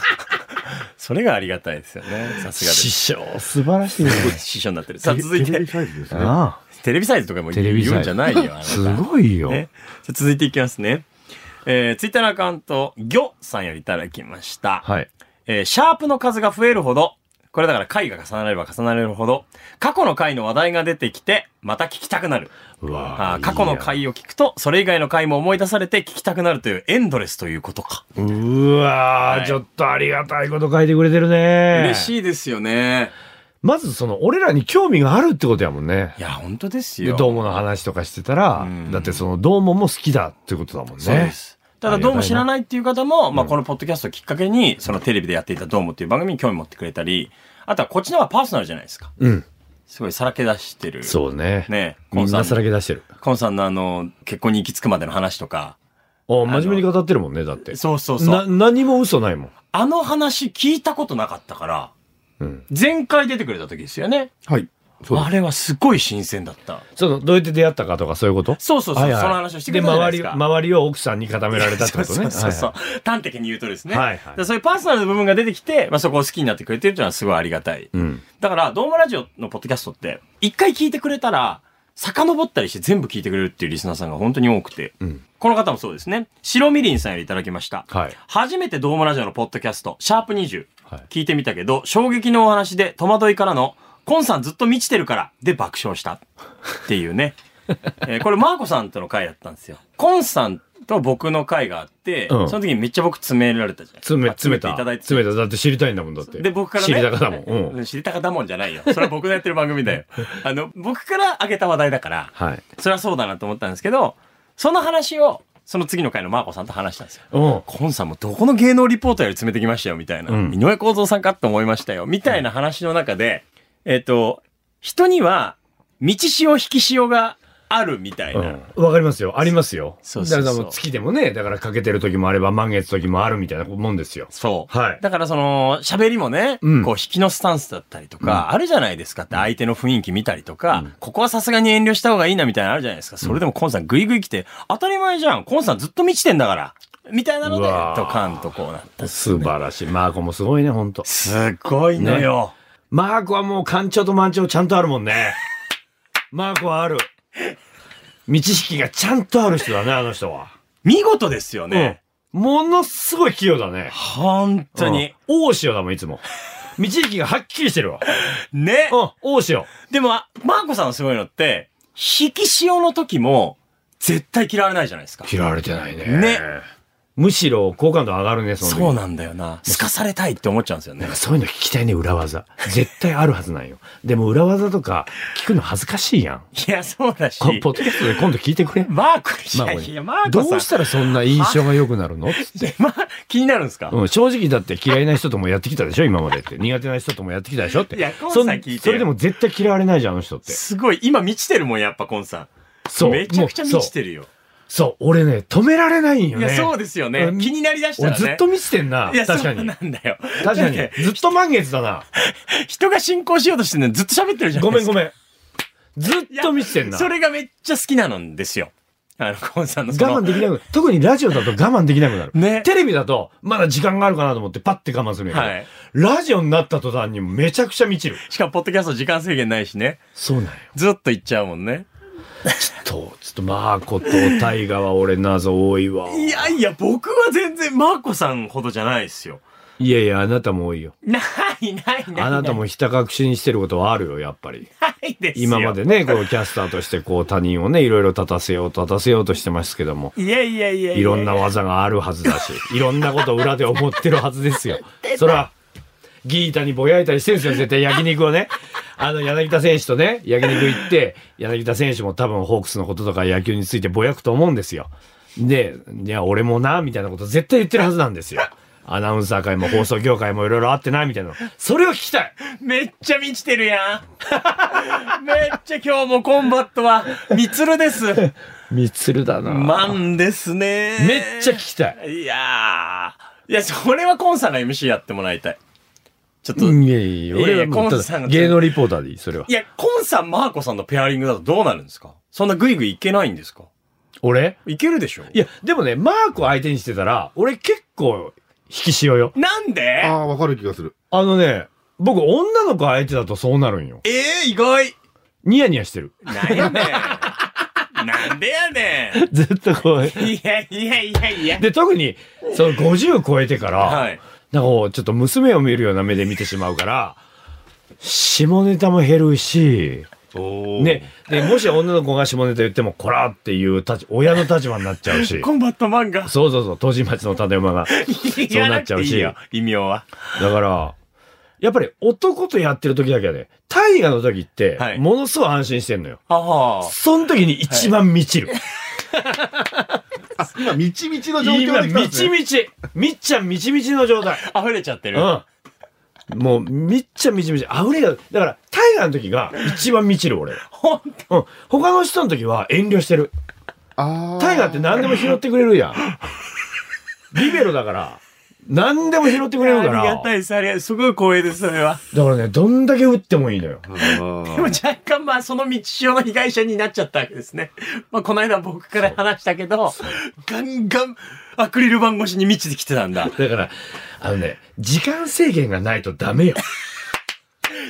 Speaker 2: それがありがたいですよね。さすがです。
Speaker 3: 匠、素晴らしいね。
Speaker 2: 師匠になってる。さあ、続い
Speaker 4: テレビ
Speaker 2: て、
Speaker 4: サイズですね。
Speaker 3: ああ
Speaker 2: テレビサイズとかも
Speaker 3: テ
Speaker 2: 言
Speaker 3: レビサイズ
Speaker 2: うんじゃないよ。あなた
Speaker 3: すごいよ。
Speaker 2: ね、じゃあ続いていきますね。えー、ツイッターのアカウント、ギョさんよりいただきました。
Speaker 3: はい。
Speaker 2: えーシャープの数が増えるほど、これだから回が重なれば重なれるほど、過去の回の話題が出てきて、また聞きたくなる。
Speaker 3: う
Speaker 2: あー過去の回を聞くと、それ以外の回も思い出されて聞きたくなるというエンドレスということか。
Speaker 3: うわー、
Speaker 2: はい
Speaker 3: ちょっとありがたいこと書いてくれてるね。
Speaker 2: 嬉しいですよね。
Speaker 3: まずその、俺らに興味があるってことやもんね
Speaker 2: い。や、本当です
Speaker 3: で
Speaker 2: よ。
Speaker 3: どうもの話とかしてたら
Speaker 2: うん、
Speaker 3: だってその、どうもも好きだってことだもんね。
Speaker 2: そうです。ただ、
Speaker 3: ありがたいな
Speaker 2: どうも知らないっていう方も、まあ、このポッドキャストをきっかけに、そのテレビでやっていたどうもっていう番組に興味持ってくれたり、あとはこっちの方がパーソナルじゃないですか。
Speaker 3: うん。
Speaker 2: すごいさらけ出してる。
Speaker 3: そうね。
Speaker 2: ね
Speaker 3: みんなさら
Speaker 2: コン
Speaker 3: け出してる。
Speaker 2: コンさんのあの、結婚に行き着くまでの話とか。
Speaker 3: お真面目に語ってるもんね、だって。
Speaker 2: そうそうそ
Speaker 3: な、
Speaker 2: う。
Speaker 3: 何も嘘ないもん。
Speaker 2: あの話聞いたことなかったから、
Speaker 3: うん。
Speaker 2: 前回出てくれた時ですよね。
Speaker 4: はい。そうです
Speaker 2: あれはすごい新鮮だった。
Speaker 3: その、どうやって出会ったかとかそういうこと
Speaker 2: そうそうそう、
Speaker 3: はいはい
Speaker 2: その話をしてくれたじゃないですか。
Speaker 3: で周り、周りを奥さんに固められたって
Speaker 2: そう
Speaker 3: こと
Speaker 2: そ
Speaker 3: ね。
Speaker 2: うそうそう
Speaker 3: は
Speaker 2: 端的に言うとですね。
Speaker 3: はいはい
Speaker 2: でそういうパーソナルな部分が出てきて、まあ、そこを好きになってくれてるっていうのはすごいありがたい。
Speaker 3: いはいうん。
Speaker 2: だから、ドームラジオのポッドキャストって、一回聞いてくれたら、遡ったりして全部聞いてくれるっていうリスナーさんが本当に多くて。
Speaker 3: うん。
Speaker 2: この方もそうですね。白みりんさんよりいただきました。
Speaker 3: はい。
Speaker 2: 初めてドームラジオのポッドキャスト、シャープ20、
Speaker 3: はい
Speaker 2: 聞いてみたけど、衝撃のお話で戸惑いからの、コンさんずっと満ちてるから、で爆笑した。っていう ね。えーこれ、マーコさんとの回だったんですよ。コンさんと僕の回があって、
Speaker 3: うん
Speaker 2: その時にめっちゃ僕詰められたじゃない
Speaker 3: 詰め、
Speaker 2: あ
Speaker 3: 詰めた。
Speaker 2: ていただいて。
Speaker 3: 詰めた。だって知りたいんだもん、だって。
Speaker 2: で、僕からね。
Speaker 3: 知りたかだもん。うん。
Speaker 2: 知りたかだもんじゃないよ。それは僕のやってる番組だ よ。あの、僕から上げた話題だから、
Speaker 3: はい。
Speaker 2: それはそうだなと思ったんですけど、その話を、その次の回のマーコさんと話したんですよ。
Speaker 3: うん。
Speaker 2: コンさんもどこの芸能リポーターより詰めてきましたよ、みたいな。
Speaker 3: うん
Speaker 2: 井上公造さんかって思いましたよ、みたいな話の中で、えっ、と、人には、道潮引き潮があるみたいな。
Speaker 3: うん、わかりますよ。ありますよ。
Speaker 2: そうそうそう
Speaker 3: だからもう月でもね、だから欠けてる時もあれば満月時もあるみたいなもんですよ。
Speaker 2: そう。
Speaker 3: はい
Speaker 2: だからその、喋りもね、
Speaker 3: うん
Speaker 2: こう、引きのスタンスだったりとか、あるじゃないですかって、相手の雰囲気見たりとか、ここはさすがに遠慮した方がいいなみたいなのあるじゃないですか。それでもコンさんグイグイ来て、当たり前じゃんコンさんずっと満ちてんだからみたいなので
Speaker 3: う、わー
Speaker 2: ドカンとこうなった。
Speaker 3: 素晴らしい。マーコもすごいね、ほんと。
Speaker 2: すごいのよ。
Speaker 3: マーコはもう干潮と満潮ちゃんとあるもん ね。マーコはある。道引きがちゃんとある人だね、あの人は。
Speaker 2: 見事ですよね。
Speaker 3: うん。ものすごい器用だね。
Speaker 2: 本当に。
Speaker 3: うん。大潮だもん、いつも。道引きがはっきりしてるわ。
Speaker 2: ね。
Speaker 3: うん、大潮。
Speaker 2: でも、あマーコさんのすごいのって、引き潮の時も、絶対嫌われないじゃないですか。
Speaker 3: 嫌われてないね。
Speaker 2: ね。
Speaker 3: むしろ好感度上がるね、その時
Speaker 2: そうなんだよな。透かされたいって思っちゃうんですよね
Speaker 3: なんか。そういうの聞きたいね、裏技。絶対あるはずなんよ。でも裏技とか聞くの恥ずかしいやん。
Speaker 2: いや、そうだし。
Speaker 3: こポッドキャストで今度聞いてくれ。
Speaker 2: マーコ い
Speaker 3: まあ
Speaker 2: や
Speaker 3: これ
Speaker 2: いや、マーコさん。
Speaker 3: どうしたらそんな印象が良くな るのつって。
Speaker 2: まあ、気になるんですか、
Speaker 3: うん、正直だって嫌いな人ともやってきたでしょ今 までって。苦手な人ともやってきたでしょって。
Speaker 2: いやコンさ
Speaker 3: そ
Speaker 2: ん
Speaker 3: ん
Speaker 2: 聞いてよ
Speaker 3: それでも絶対嫌われないじゃん、あの人って。
Speaker 2: すごい、今満ちてるもん、やっぱ、コンさん。
Speaker 3: そう。
Speaker 2: めちゃくちゃ満ちて
Speaker 3: る。
Speaker 2: るよ。
Speaker 3: そうそう、俺ね、止められないんよ
Speaker 2: い
Speaker 3: ね。
Speaker 2: や、そうですよね。
Speaker 3: うん
Speaker 2: 気になりだしたら、
Speaker 3: 俺
Speaker 2: ね。
Speaker 3: ずっと満ちてんな。
Speaker 2: いや、
Speaker 3: 確か
Speaker 2: そう
Speaker 3: に。
Speaker 2: なんだよ。
Speaker 3: 確
Speaker 2: だ
Speaker 3: か
Speaker 2: っ
Speaker 3: に
Speaker 2: て。
Speaker 3: ずっと満月だな。
Speaker 2: 人が進行しようとしてるのにずっと喋ってるじゃな
Speaker 3: ご
Speaker 2: いで
Speaker 3: め
Speaker 2: す
Speaker 3: ん
Speaker 2: か。
Speaker 3: ごめん。ずっと
Speaker 2: 見
Speaker 3: 満ちてんな。
Speaker 2: それがめっちゃ好きなのんですよ。あの、コンさんのその。
Speaker 3: 我慢できなくなる。特にラジオだと我慢できなくなる。
Speaker 2: ね
Speaker 3: テレビだと、まだ時間があるかなと思ってパッて我慢するんやけど、
Speaker 2: はい
Speaker 3: ラジオになった途端にめちゃくちゃ満ちる。
Speaker 2: しかも、ポッドキャスト時間制限ないしね。
Speaker 3: そうなんよ。
Speaker 2: ずっと行っちゃうもんね。
Speaker 3: と、ちょっとマーコとタイガは俺謎多いわ。
Speaker 2: いやいや、僕は全然、マーコさんほどじゃないですよ。
Speaker 3: いやいや、あなたも多いよ。
Speaker 2: ないないない。
Speaker 3: あなた
Speaker 2: も
Speaker 3: もひた隠しにしてることはあるよ、やっぱり。
Speaker 2: ないですよ。
Speaker 3: 今までね、こうキャスターとしてこう他人をね、いろいろ立たせよう立たせようとしてますけども。
Speaker 2: いやいやいやや
Speaker 3: いろんな技があるはずだし、いろんなこと裏で思ってるはずです よ。そら、ギータにぼやいたりしてるんですよ、絶対焼肉をね。あの、柳田選手とね、焼肉行って、柳田選手も多分ホークスのこととか野球についてぼやくと思うんですよ。で、いや、俺もな、みたいなこと絶対言ってるはずなんですよ。アナウンサー界も放送業界もいろいろあってな、みたいなの。それを聞きたい
Speaker 2: めっちゃ満ちてるやん。 めっちゃ今日もコンバットは、みつるです。
Speaker 3: みつるだな
Speaker 2: マンですね。
Speaker 3: めっちゃ聞きたい。
Speaker 2: いやー。いや、それはコンさんの MC やってもらいたい。ちょっと、
Speaker 3: いやいや、俺はも
Speaker 2: コ
Speaker 3: うた
Speaker 2: ンさん
Speaker 3: だ
Speaker 2: が。
Speaker 3: 芸能リポーターでいい、それはい
Speaker 2: や、コンさん、マーコさんのペアリングだとどうなるんですかそんなグイグイいけないんですか
Speaker 3: 俺
Speaker 2: いけるでしょ
Speaker 3: いや、でもね、マークを相手にしてたら、俺結構、引き潮よ。
Speaker 2: なんで
Speaker 4: ああ、わかる気がする。
Speaker 3: あのね、僕、女の子相手だとそうなるんよ。
Speaker 2: ええ意外
Speaker 3: ニヤニヤしてる。
Speaker 2: なん やねん。なんでやね
Speaker 3: ずっとこう。
Speaker 2: ん。いやいやいやいや。
Speaker 3: で、特に、その50超えてから、
Speaker 2: はい。
Speaker 3: なんかこう、ちょっと娘を見るような目で見てしまうから、下ネタも減るし、ね、で、もし女の子が下ネタ言っても、こらっていう立ち、親の立場になっち ゃうし、
Speaker 2: コンバット漫画。
Speaker 3: そうそうそう、当時町の立山が、そうなっちゃうし
Speaker 2: いやなくていいよ異名は。
Speaker 3: だから、やっぱり男とやってる時だけはね、大河の時って
Speaker 2: は、い
Speaker 3: ものすごい安心してんのよ。
Speaker 2: ああ。
Speaker 3: その時に一番満ちる。
Speaker 4: 今、みちみちの状
Speaker 3: 今、
Speaker 4: 況で来た
Speaker 3: み
Speaker 4: んです
Speaker 3: ち
Speaker 4: ね。
Speaker 3: みち。みっちゃんみちみちの状態。
Speaker 2: 溢れちゃってる。
Speaker 3: うん。もう、みっちゃみちみち。あふれが、だから、大河の時が一番みちる、俺。
Speaker 2: ほんと
Speaker 3: うん。他の人の時は遠慮してる。
Speaker 4: あ
Speaker 3: 大河って何でも拾ってくれるやん。リベロだから、何でも拾ってくれる
Speaker 2: あ
Speaker 3: か
Speaker 2: り
Speaker 3: ら。
Speaker 2: がたいです。ありがたい。すごい光栄です、それは。
Speaker 3: だからね、どんだけ打ってもいいのよ。
Speaker 2: でも若干まあその道潮の被害者になっちゃったわけですね。まあこの間僕から話したけど、ガンガンアクリル板越しに満ちてきてたんだ。
Speaker 3: だから、あのね、時間制限がないとダメ よ。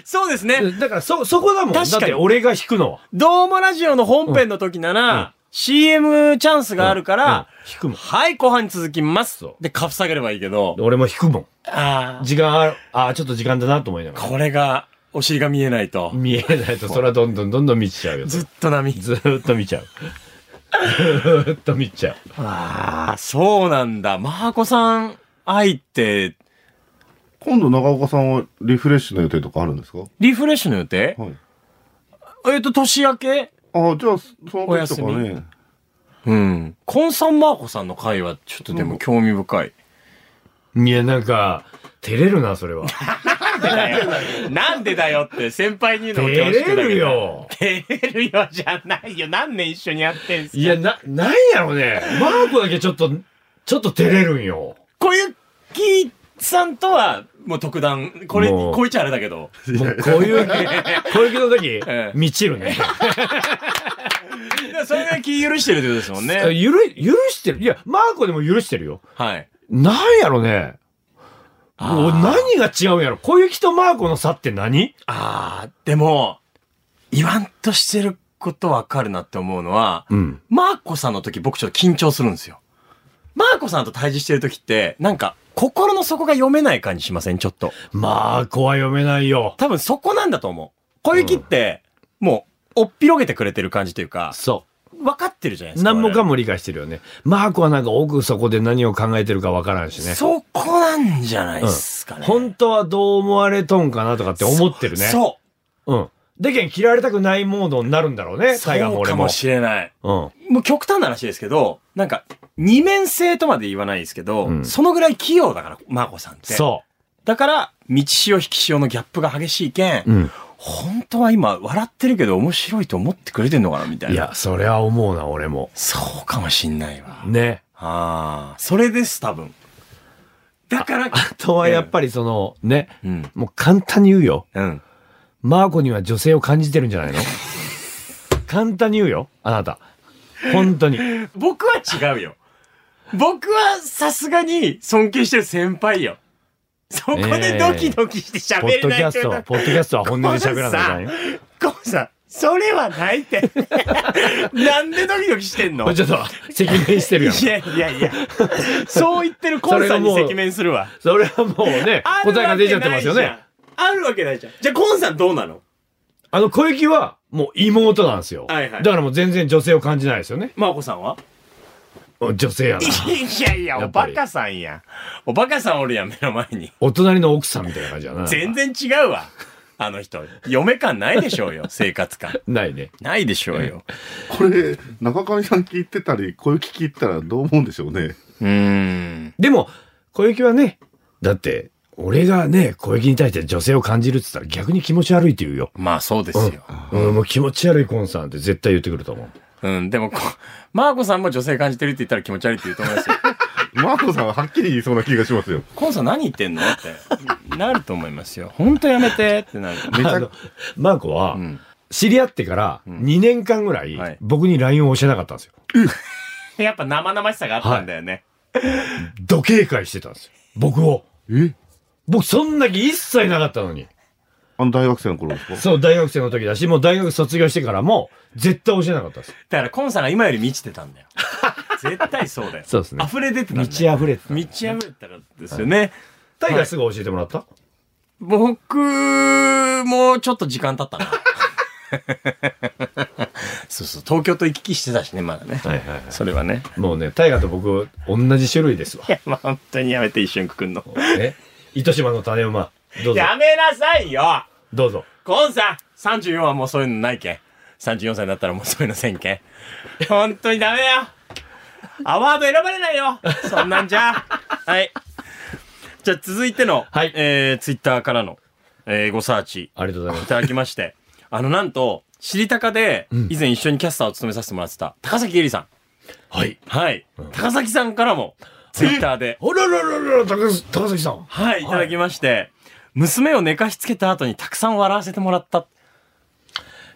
Speaker 2: そうですね。
Speaker 3: だから、そ、そこだもん。だっ
Speaker 2: 確かに
Speaker 3: て俺が弾くのは。
Speaker 2: どうもラジオの本編の時なら、CM チャンスがあるから、
Speaker 3: 弾くもん。
Speaker 2: はい、後半に続きます
Speaker 3: そう。
Speaker 2: で、カフ下げればいいけど、
Speaker 3: 俺も弾くもん。
Speaker 2: ああ、
Speaker 3: 時間ある、あーちょっと時間だなと思いながら。
Speaker 2: これが、お尻が見えないと、
Speaker 3: 見えないと、それはどんどんどんどん見ちゃうよ。
Speaker 2: ずっと波。
Speaker 3: ずーっと見ちゃう。ずーっと見ちゃう。
Speaker 2: ああ、そうなんだ。マーコさん愛って、
Speaker 4: 今度、長岡さんはリフレッシュの予定とかあるんですかは
Speaker 2: リフレッシュの予定
Speaker 4: い。
Speaker 2: えっと、年明け
Speaker 4: ああ、じゃあ、その
Speaker 2: お
Speaker 4: 時
Speaker 2: 休
Speaker 4: と
Speaker 2: み
Speaker 4: かね。
Speaker 2: うん。コンサンマーコさんの回は、ちょっとでも興味深い。
Speaker 3: いや、なんか、照れるな、それは。
Speaker 2: なんでだよって、先輩に言う
Speaker 3: 照
Speaker 2: 恐縮だけ
Speaker 3: れ
Speaker 2: ど
Speaker 3: る。よ。
Speaker 2: 照れるよじゃないよ。何年一緒にやってんすか
Speaker 3: いや、な、なんやろね。マークだけちょっと、ちょっと照れるんよ。
Speaker 2: 小雪さんとは、もう特段、これ、
Speaker 3: もう
Speaker 2: こいちゃあれだけど。
Speaker 3: もう、こういう、こういうの 時
Speaker 2: え、え
Speaker 3: 満ちるね。
Speaker 2: で もそれが気許してるってことですもんね。
Speaker 3: ゆる、許してる。いや、マークでも許してるよ。
Speaker 2: はい。
Speaker 3: なんやろね。
Speaker 2: あー
Speaker 3: もう何が違うんやろ。小雪とマークの差って何
Speaker 2: あー、でも、言わんとしてることわかるなって思うのは、
Speaker 3: うん。
Speaker 2: マーコさんの時僕ちょっと緊張するんですよ。マーコさんと対峙してる時って、なんか、心の底が読めない感じしませんちょっと。
Speaker 3: マークは読めないよ。
Speaker 2: 多分そこなんだと思う。小雪って、もう、おっぴろげてくれてる感じというか、
Speaker 3: そう。
Speaker 2: 分かってるじゃないですか。
Speaker 3: 何もか
Speaker 2: も。
Speaker 3: も理解してるよね。マークはなんか奥底で何を考えてるかわからんしね。
Speaker 2: そこなんじゃないですかね。
Speaker 3: 本当はどう思われとんかなとかって思ってるね。。
Speaker 2: そう
Speaker 3: うん。でけん嫌われたくないモードになるんだろうね。
Speaker 2: う。そ
Speaker 3: タイガーも
Speaker 2: う
Speaker 3: 俺
Speaker 2: か
Speaker 3: も。
Speaker 2: もしれない。
Speaker 3: うん。
Speaker 2: もう極端な話ですけど、なんか、二面性とまで言わないですけど、
Speaker 3: うん
Speaker 2: そのぐらい器用だから、マーコさんって。
Speaker 3: そ
Speaker 2: だから、道潮引き潮のギャップが激しいけん、
Speaker 3: う。うん。
Speaker 2: 本当は今、笑ってるけど面白いと思ってくれてんのかなみたいな。
Speaker 3: いや、それは思うな、俺も。
Speaker 2: そうかもしんないわ。
Speaker 3: ね。
Speaker 2: ああ、それです、多分。だから、
Speaker 3: あとはやっぱりその、ね。
Speaker 2: うん。
Speaker 3: もう簡単に言うよ。
Speaker 2: うん。
Speaker 3: マーコには女性を感じてるんじゃ ないの簡単に言うよ。あなた。本当に。
Speaker 2: 僕は違うよ。僕はさすがに尊敬してる先輩よ。そこでドキドキして
Speaker 3: ポ
Speaker 2: 喋
Speaker 3: ッ
Speaker 2: れ
Speaker 3: ドキ
Speaker 2: ない
Speaker 3: ャ
Speaker 2: って
Speaker 3: ス
Speaker 2: こと
Speaker 3: トは、ポッドキャストは本音で喋らないじゃ ない
Speaker 2: コウさん、それはないって。なんでドキドキしてんの
Speaker 3: ちょっと、赤面してるやん。
Speaker 2: いやいやいや。そう言ってるコンさんに
Speaker 3: それがもう
Speaker 2: 赤面するわ。
Speaker 3: それはもうね、答えが出ちゃってますよね。。
Speaker 2: あるわけないじゃん。じゃあコンさんどうなの
Speaker 3: あの、小雪は、もう妹なんですよ。
Speaker 2: はいはい
Speaker 3: だからもう全然女性を感じないですよね。
Speaker 2: マーコさんは
Speaker 3: 女性やな。
Speaker 2: いやいや、
Speaker 3: や
Speaker 2: お
Speaker 3: っぱ
Speaker 2: バ
Speaker 3: り
Speaker 2: カさんやん。おバカさんおるやん、目の前 に。
Speaker 3: お隣の奥さんみたいな感じやな。
Speaker 2: 全。然違うわ。あの人。嫁感ないでしょう よ、生活感。
Speaker 3: ないね。
Speaker 2: ないでしょうよ。
Speaker 4: これ、中上さん聞いてたり、小雪聞いてたらどう思うんでしょうね。
Speaker 2: うーん。
Speaker 3: でも、小雪はね、だって、俺がね、小雪に対して女性を感じるって言ったら逆に気持ち悪いって言うよ。
Speaker 2: まあそうですよ。
Speaker 3: うん、もう気持ち悪いコンさんって絶対言ってくると思う。
Speaker 2: うん、でもこ、マーコさんも女性感じてるって言ったら気持ち悪いって言うと思いますよ。
Speaker 4: マーコさんははっきり言いそうな気がしますよ。
Speaker 2: コンさん何言ってんのってなると思いますよ。ほんとやめてってなる。
Speaker 4: めち
Speaker 3: あ
Speaker 4: ゃ
Speaker 3: のマーコは、
Speaker 2: うん
Speaker 3: 知り合ってから2年間ぐらい、
Speaker 2: はい
Speaker 3: 僕に LINE を教えなかったんですよ。
Speaker 2: やっぱ生々しさがあったんだよね。
Speaker 3: ど警戒してたんですよ。僕を。
Speaker 4: え
Speaker 3: 僕そんだけ一切なかったのに。
Speaker 4: あの大学生の頃ですか
Speaker 3: そう、大学生の時だし、もう大学卒業してからも、絶対教えなかったです。
Speaker 2: だからコンさんが今より満ちてたん だよ。絶対そうだよ。
Speaker 3: そうですね
Speaker 2: 溢れ出てたんだ
Speaker 3: 満
Speaker 2: よ。
Speaker 3: ち溢れてた。
Speaker 2: 満ち溢れたらですよね。
Speaker 3: タイガーすぐ教えてもらった、
Speaker 2: 僕もちょっと時間経った な。そうそう、東京と行き来してたしね、まだね。
Speaker 3: はい、はいはい
Speaker 2: それはね。
Speaker 3: もうね、タイガーと僕、同じ種類ですわ
Speaker 2: い。や、まあ、本当にやめて、一瞬くくんの。
Speaker 3: え糸島の種馬。どうぞ。
Speaker 2: やめなさいよ
Speaker 3: どうぞ。
Speaker 2: コンさん !34 はもうそういうのないけん。34歳になったらもうそういうのせんけん。本当にダメだよアワード選ばれないよそんなんじゃ。はい。じゃあ続いての、
Speaker 3: はい
Speaker 2: えー、ツイッターからの、えー、ごサーチ。
Speaker 3: ありがとうござい
Speaker 2: い
Speaker 3: ます。
Speaker 2: ただきま して、あの、なんと、知りたかで、以前一緒にキャスターを務めさせてもらってた、高崎えりさん。
Speaker 3: はい。
Speaker 2: はい。高崎さんからも、ツイッターで、
Speaker 3: あららららら、高高崎さん。
Speaker 2: はい、いただきまして、娘を寝かしつけた後にたくさん笑わせてもらった。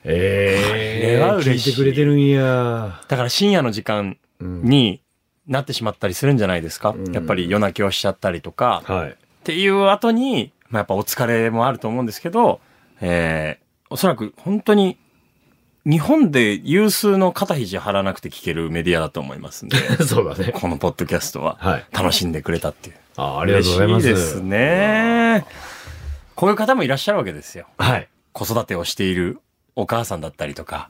Speaker 3: ええ
Speaker 2: これは
Speaker 3: ー、聞
Speaker 2: 嬉
Speaker 3: い
Speaker 2: しい
Speaker 3: てくれてるんや。
Speaker 2: だから深夜の時間になってしまったりするんじゃないですか、
Speaker 3: ん
Speaker 2: やっぱり夜泣きをしちゃったりとか、
Speaker 3: はい。
Speaker 2: っていう後に、まあ、やっぱお疲れもあると思うんですけど、えー、おそらく本当に、日本で有数の肩肘張らなくて聞けるメディアだと思います んで。
Speaker 3: そうだね。
Speaker 2: このポッドキャストは
Speaker 3: はい。
Speaker 2: 楽しんでくれたっていう。
Speaker 3: あありがとうございます。
Speaker 2: 嬉しいですね。こういう方もいらっしゃるわけですよ。
Speaker 3: はい。
Speaker 2: 子育てをしているお母さんだったりとか、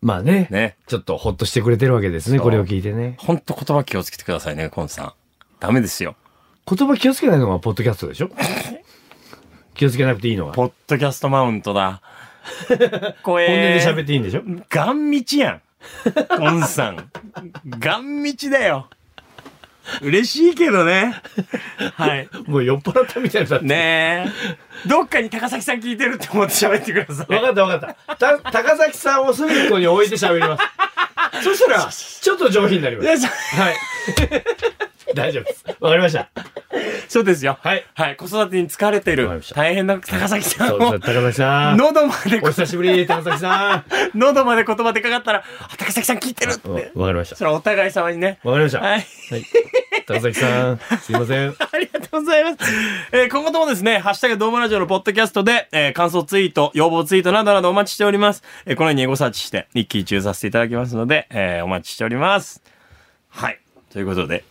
Speaker 3: まあね。
Speaker 2: ね。
Speaker 3: ちょっとほっとしてくれてるわけですね、
Speaker 2: そう
Speaker 3: これを聞いてね。
Speaker 2: ほんと言葉気をつけてくださいね、コンさん。ダメですよ。
Speaker 3: 言葉気をつけないのがポッドキャストでしょ気をつけなくていいのが。本
Speaker 2: ポッドキャストマウント だ。声
Speaker 3: 音で喋っていいんでしょ
Speaker 2: ガン道やん。コンさん。 ガン道だよ。嬉しいけどね。はい。
Speaker 3: もう酔っ払ったみたいになって。
Speaker 2: ねえ。どっかに高崎さん聞いてるって思って喋ってください。
Speaker 3: わかったわかった。た、高崎さんを隅っこに置いて喋り ます。そしたら、ちょっと上品になりま
Speaker 2: い
Speaker 3: す。
Speaker 2: やそ
Speaker 3: はい。 大丈夫です。わかりました。
Speaker 2: そうですよ。
Speaker 3: はい。
Speaker 2: はい。子育てに疲れて
Speaker 3: わかり
Speaker 2: る
Speaker 3: ました
Speaker 2: 大変な高崎さん
Speaker 3: そうそ
Speaker 2: を
Speaker 3: う、、高崎さん。
Speaker 2: 喉まで
Speaker 3: お、久しぶり、高 崎さ
Speaker 2: 喉まで言葉でかかったら、あ高崎さん聞いてるっ
Speaker 3: ん。わか
Speaker 2: て。
Speaker 3: りまし
Speaker 2: そ
Speaker 3: た。
Speaker 2: れはお互い様にね。
Speaker 3: わかりました。
Speaker 2: はい。
Speaker 3: 高崎さん、すい ません。
Speaker 2: ありがとうございます。えー今後ともですね、ハッシュタグドームラジオのポッドキャストで、えー感想ツイート、要望ツイートなどなどお待ちしております。えーこのようにエゴサーチして、一喜一憂させていただきますので、えーお待ちしております。はい。ということで、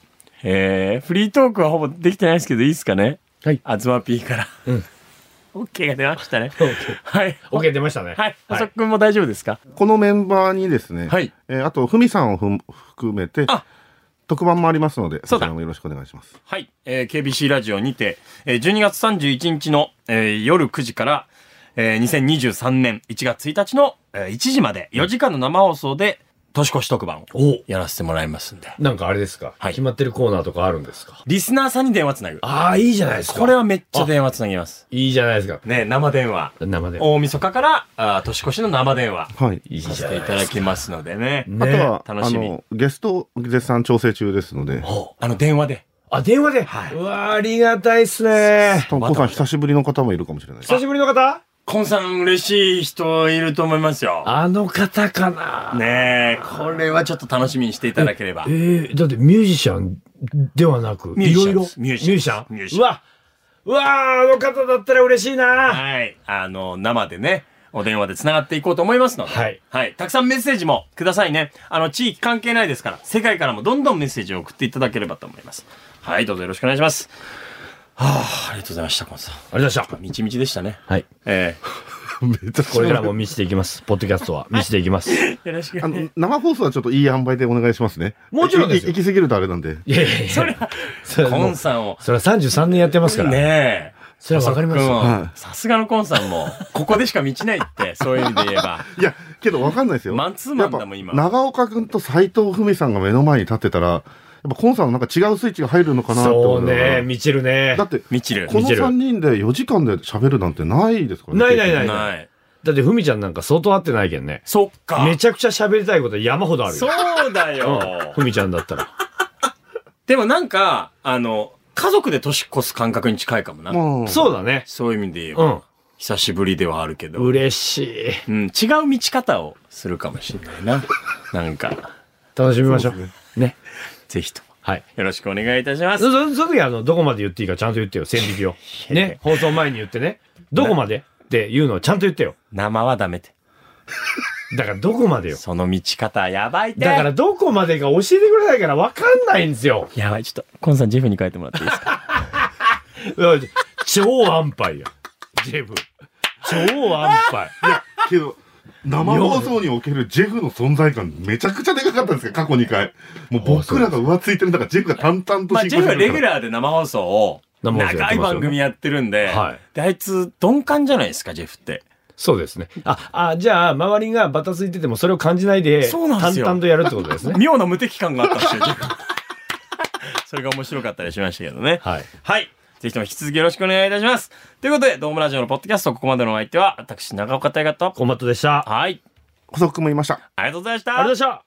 Speaker 2: えーフリートークはほぼできてないですけど、いいですかね
Speaker 3: はい
Speaker 2: あずまピーから。
Speaker 3: うん。
Speaker 2: OK が出ま したね。
Speaker 3: OK
Speaker 2: はい。
Speaker 3: OK 出ましたね。
Speaker 2: はい。
Speaker 3: は
Speaker 2: 細
Speaker 3: い
Speaker 2: く。君も大丈夫ですか
Speaker 4: このメンバーにですね、
Speaker 2: はい
Speaker 4: えーあと、ふみさんをふん含めて
Speaker 2: あ、
Speaker 4: 特番もありますので、
Speaker 2: そうだ
Speaker 4: そちらもよろしくお願いします。
Speaker 2: はい、えー KBC ラジオにて、えー12月31日の、えー夜9時から、えー2023年1月1日の、えー1時まで4時間の生放送で年越し特番を
Speaker 3: お
Speaker 2: やらせてもらいますんで。
Speaker 3: なんかあれですか
Speaker 2: はい
Speaker 3: 決まってるコーナーとかあるんですか
Speaker 2: リスナーさんに電話つなぐ。
Speaker 3: ああ、いいじゃないですか。
Speaker 2: これはめっちゃ電話つなぎます。
Speaker 3: いいじゃないですか。
Speaker 2: ね、生電話。
Speaker 3: 生で。
Speaker 2: 大晦日からあー年越しの生電話
Speaker 4: はい。
Speaker 3: いい
Speaker 2: さ
Speaker 3: じ
Speaker 2: せ
Speaker 3: ゃな
Speaker 2: て
Speaker 3: い
Speaker 2: いただきますのでね。
Speaker 4: あとは、
Speaker 2: 楽
Speaker 4: あ
Speaker 2: しみ
Speaker 4: の、ゲスト絶賛調整中ですので、
Speaker 2: あの電話で。
Speaker 3: あ、電話で。
Speaker 2: はいう
Speaker 3: わーありがたいっすね。
Speaker 4: トンコさん久しぶりの方もいるかもしれないです。
Speaker 3: 久しぶりの方
Speaker 2: コンさん嬉しい人いると思いますよ。
Speaker 3: あの方かな。
Speaker 2: ねえ、これはちょっと楽しみにしていただければ。
Speaker 3: ええ、だってミュージシャンではなく、
Speaker 2: ミュー
Speaker 3: い
Speaker 2: ジシャ
Speaker 3: ろい
Speaker 2: ン
Speaker 3: ろ
Speaker 2: で。すミュージシャンミュージシャン
Speaker 3: うわ、うわーあの方だったら嬉しいな。
Speaker 2: はい。あの、生でね、お電話で繋がっていこうと思いますので。
Speaker 3: はい
Speaker 2: たくさんメッセージもくださいね。あの、地域関係ないですから、世界からもどんどんメッセージを送っていただければと思います。はい、どうぞよろしくお願いします。はあ、ありがとうございました、コンさん。
Speaker 3: ありがとうございました。
Speaker 2: みちみちでしたね。
Speaker 3: はい。
Speaker 2: え
Speaker 3: これからも満ちていきます。ポッドキャストは満ちていきます。
Speaker 2: えよろしく
Speaker 4: あ。の、生放送はちょっといい塩梅でお願いしますね。
Speaker 3: もちろんですよ
Speaker 4: いい行き過ぎるとあれなんで。
Speaker 3: いやいやいや。それは
Speaker 2: コ
Speaker 3: も
Speaker 2: ン
Speaker 3: う
Speaker 2: さんを。
Speaker 3: それは33年やってますから。
Speaker 2: ねえ。
Speaker 3: それはわかります
Speaker 2: 細
Speaker 3: よ。
Speaker 2: 君も
Speaker 4: はい
Speaker 2: さすがのコンさんも、ここでしか道ない って、そういう意味で言えば。
Speaker 4: いや、けどわかんないですよ。
Speaker 2: マンツーマンだもん
Speaker 4: やっぱ
Speaker 2: 今
Speaker 4: 長岡君と斎藤文さんが目の前に立ってたら、やっぱコンさんのなんか違うスイッチが入るのかなって
Speaker 3: そ
Speaker 4: 思
Speaker 3: うね、満ちるね。
Speaker 4: だって、
Speaker 2: みちる。
Speaker 4: この
Speaker 3: 見てる
Speaker 4: 3人で4時間で喋るなんてないですからね。
Speaker 3: ないないない
Speaker 2: ない。
Speaker 3: だって、ふみちゃんなんか相当会ってないけんね。
Speaker 2: そっか。
Speaker 3: めちゃくちゃ喋りたいこと山ほどあるよ。
Speaker 2: そうだよ。
Speaker 3: うんふみちゃんだったら。
Speaker 2: でもなんか、あの、家族で年越す感覚に近いかもな。
Speaker 4: もう
Speaker 3: そうだね。
Speaker 2: そういう意味で言えば、
Speaker 3: うん。
Speaker 2: 久しぶりではあるけど、
Speaker 3: 嬉しい。
Speaker 2: うん、違う見方をするかもしれない な。なんか、
Speaker 3: 楽しみましょう。ね。
Speaker 2: ぜひとも。
Speaker 3: はい。
Speaker 2: よろしくお願いいたします。
Speaker 3: そ、そその時は、あの、どこまで言っていいかちゃんと言ってよ、線引きを。ね。放送前に言ってね。どこまでっていうのをちゃんと言ってよ。
Speaker 2: 生はダメって。
Speaker 3: だから、どこまでよ。
Speaker 2: その道方やばいって。
Speaker 3: だから、どこまでか教えてくれないから分かんないんですよ。
Speaker 2: やばい、ちょっと、コンさんジェフに書いてもらっていいで すか
Speaker 3: うん超安牌や。ジェフ。超安牌。
Speaker 4: けど、生放送におけるジェフの存在感めちゃくちゃでかかったんですよ、過去2回。もう僕らが浮ついてる中、ジェフが淡々と
Speaker 2: まあ、ジェフはレギュ
Speaker 4: ラ
Speaker 2: ラーで生放送を、
Speaker 3: 生放送やっ
Speaker 2: 長
Speaker 3: てま
Speaker 2: い
Speaker 3: すよ
Speaker 2: 番組やってるんで、
Speaker 3: はい
Speaker 2: で、あいつ、鈍感じゃないですか、ジェフって。
Speaker 3: そうですね。あ、あ、じゃあ、周りがバタついててもそれを感じないで、
Speaker 2: そうなんで
Speaker 3: 淡
Speaker 2: すよ
Speaker 3: 々とやるってことですね。
Speaker 2: 妙な無敵感があったんですよ、ジェフ それが面白かったりしましたけどね。
Speaker 3: はい。
Speaker 2: はい。ぜひとも引き続きよろしくお願いいたします。ということで、ドームラジオのポッドキャスト、ここまでのお相手は、私、長岡大和と。
Speaker 3: コマットでした。あ
Speaker 2: はい。
Speaker 4: ー。補足もいました。
Speaker 2: ありがとうございました。
Speaker 3: りがとうございました。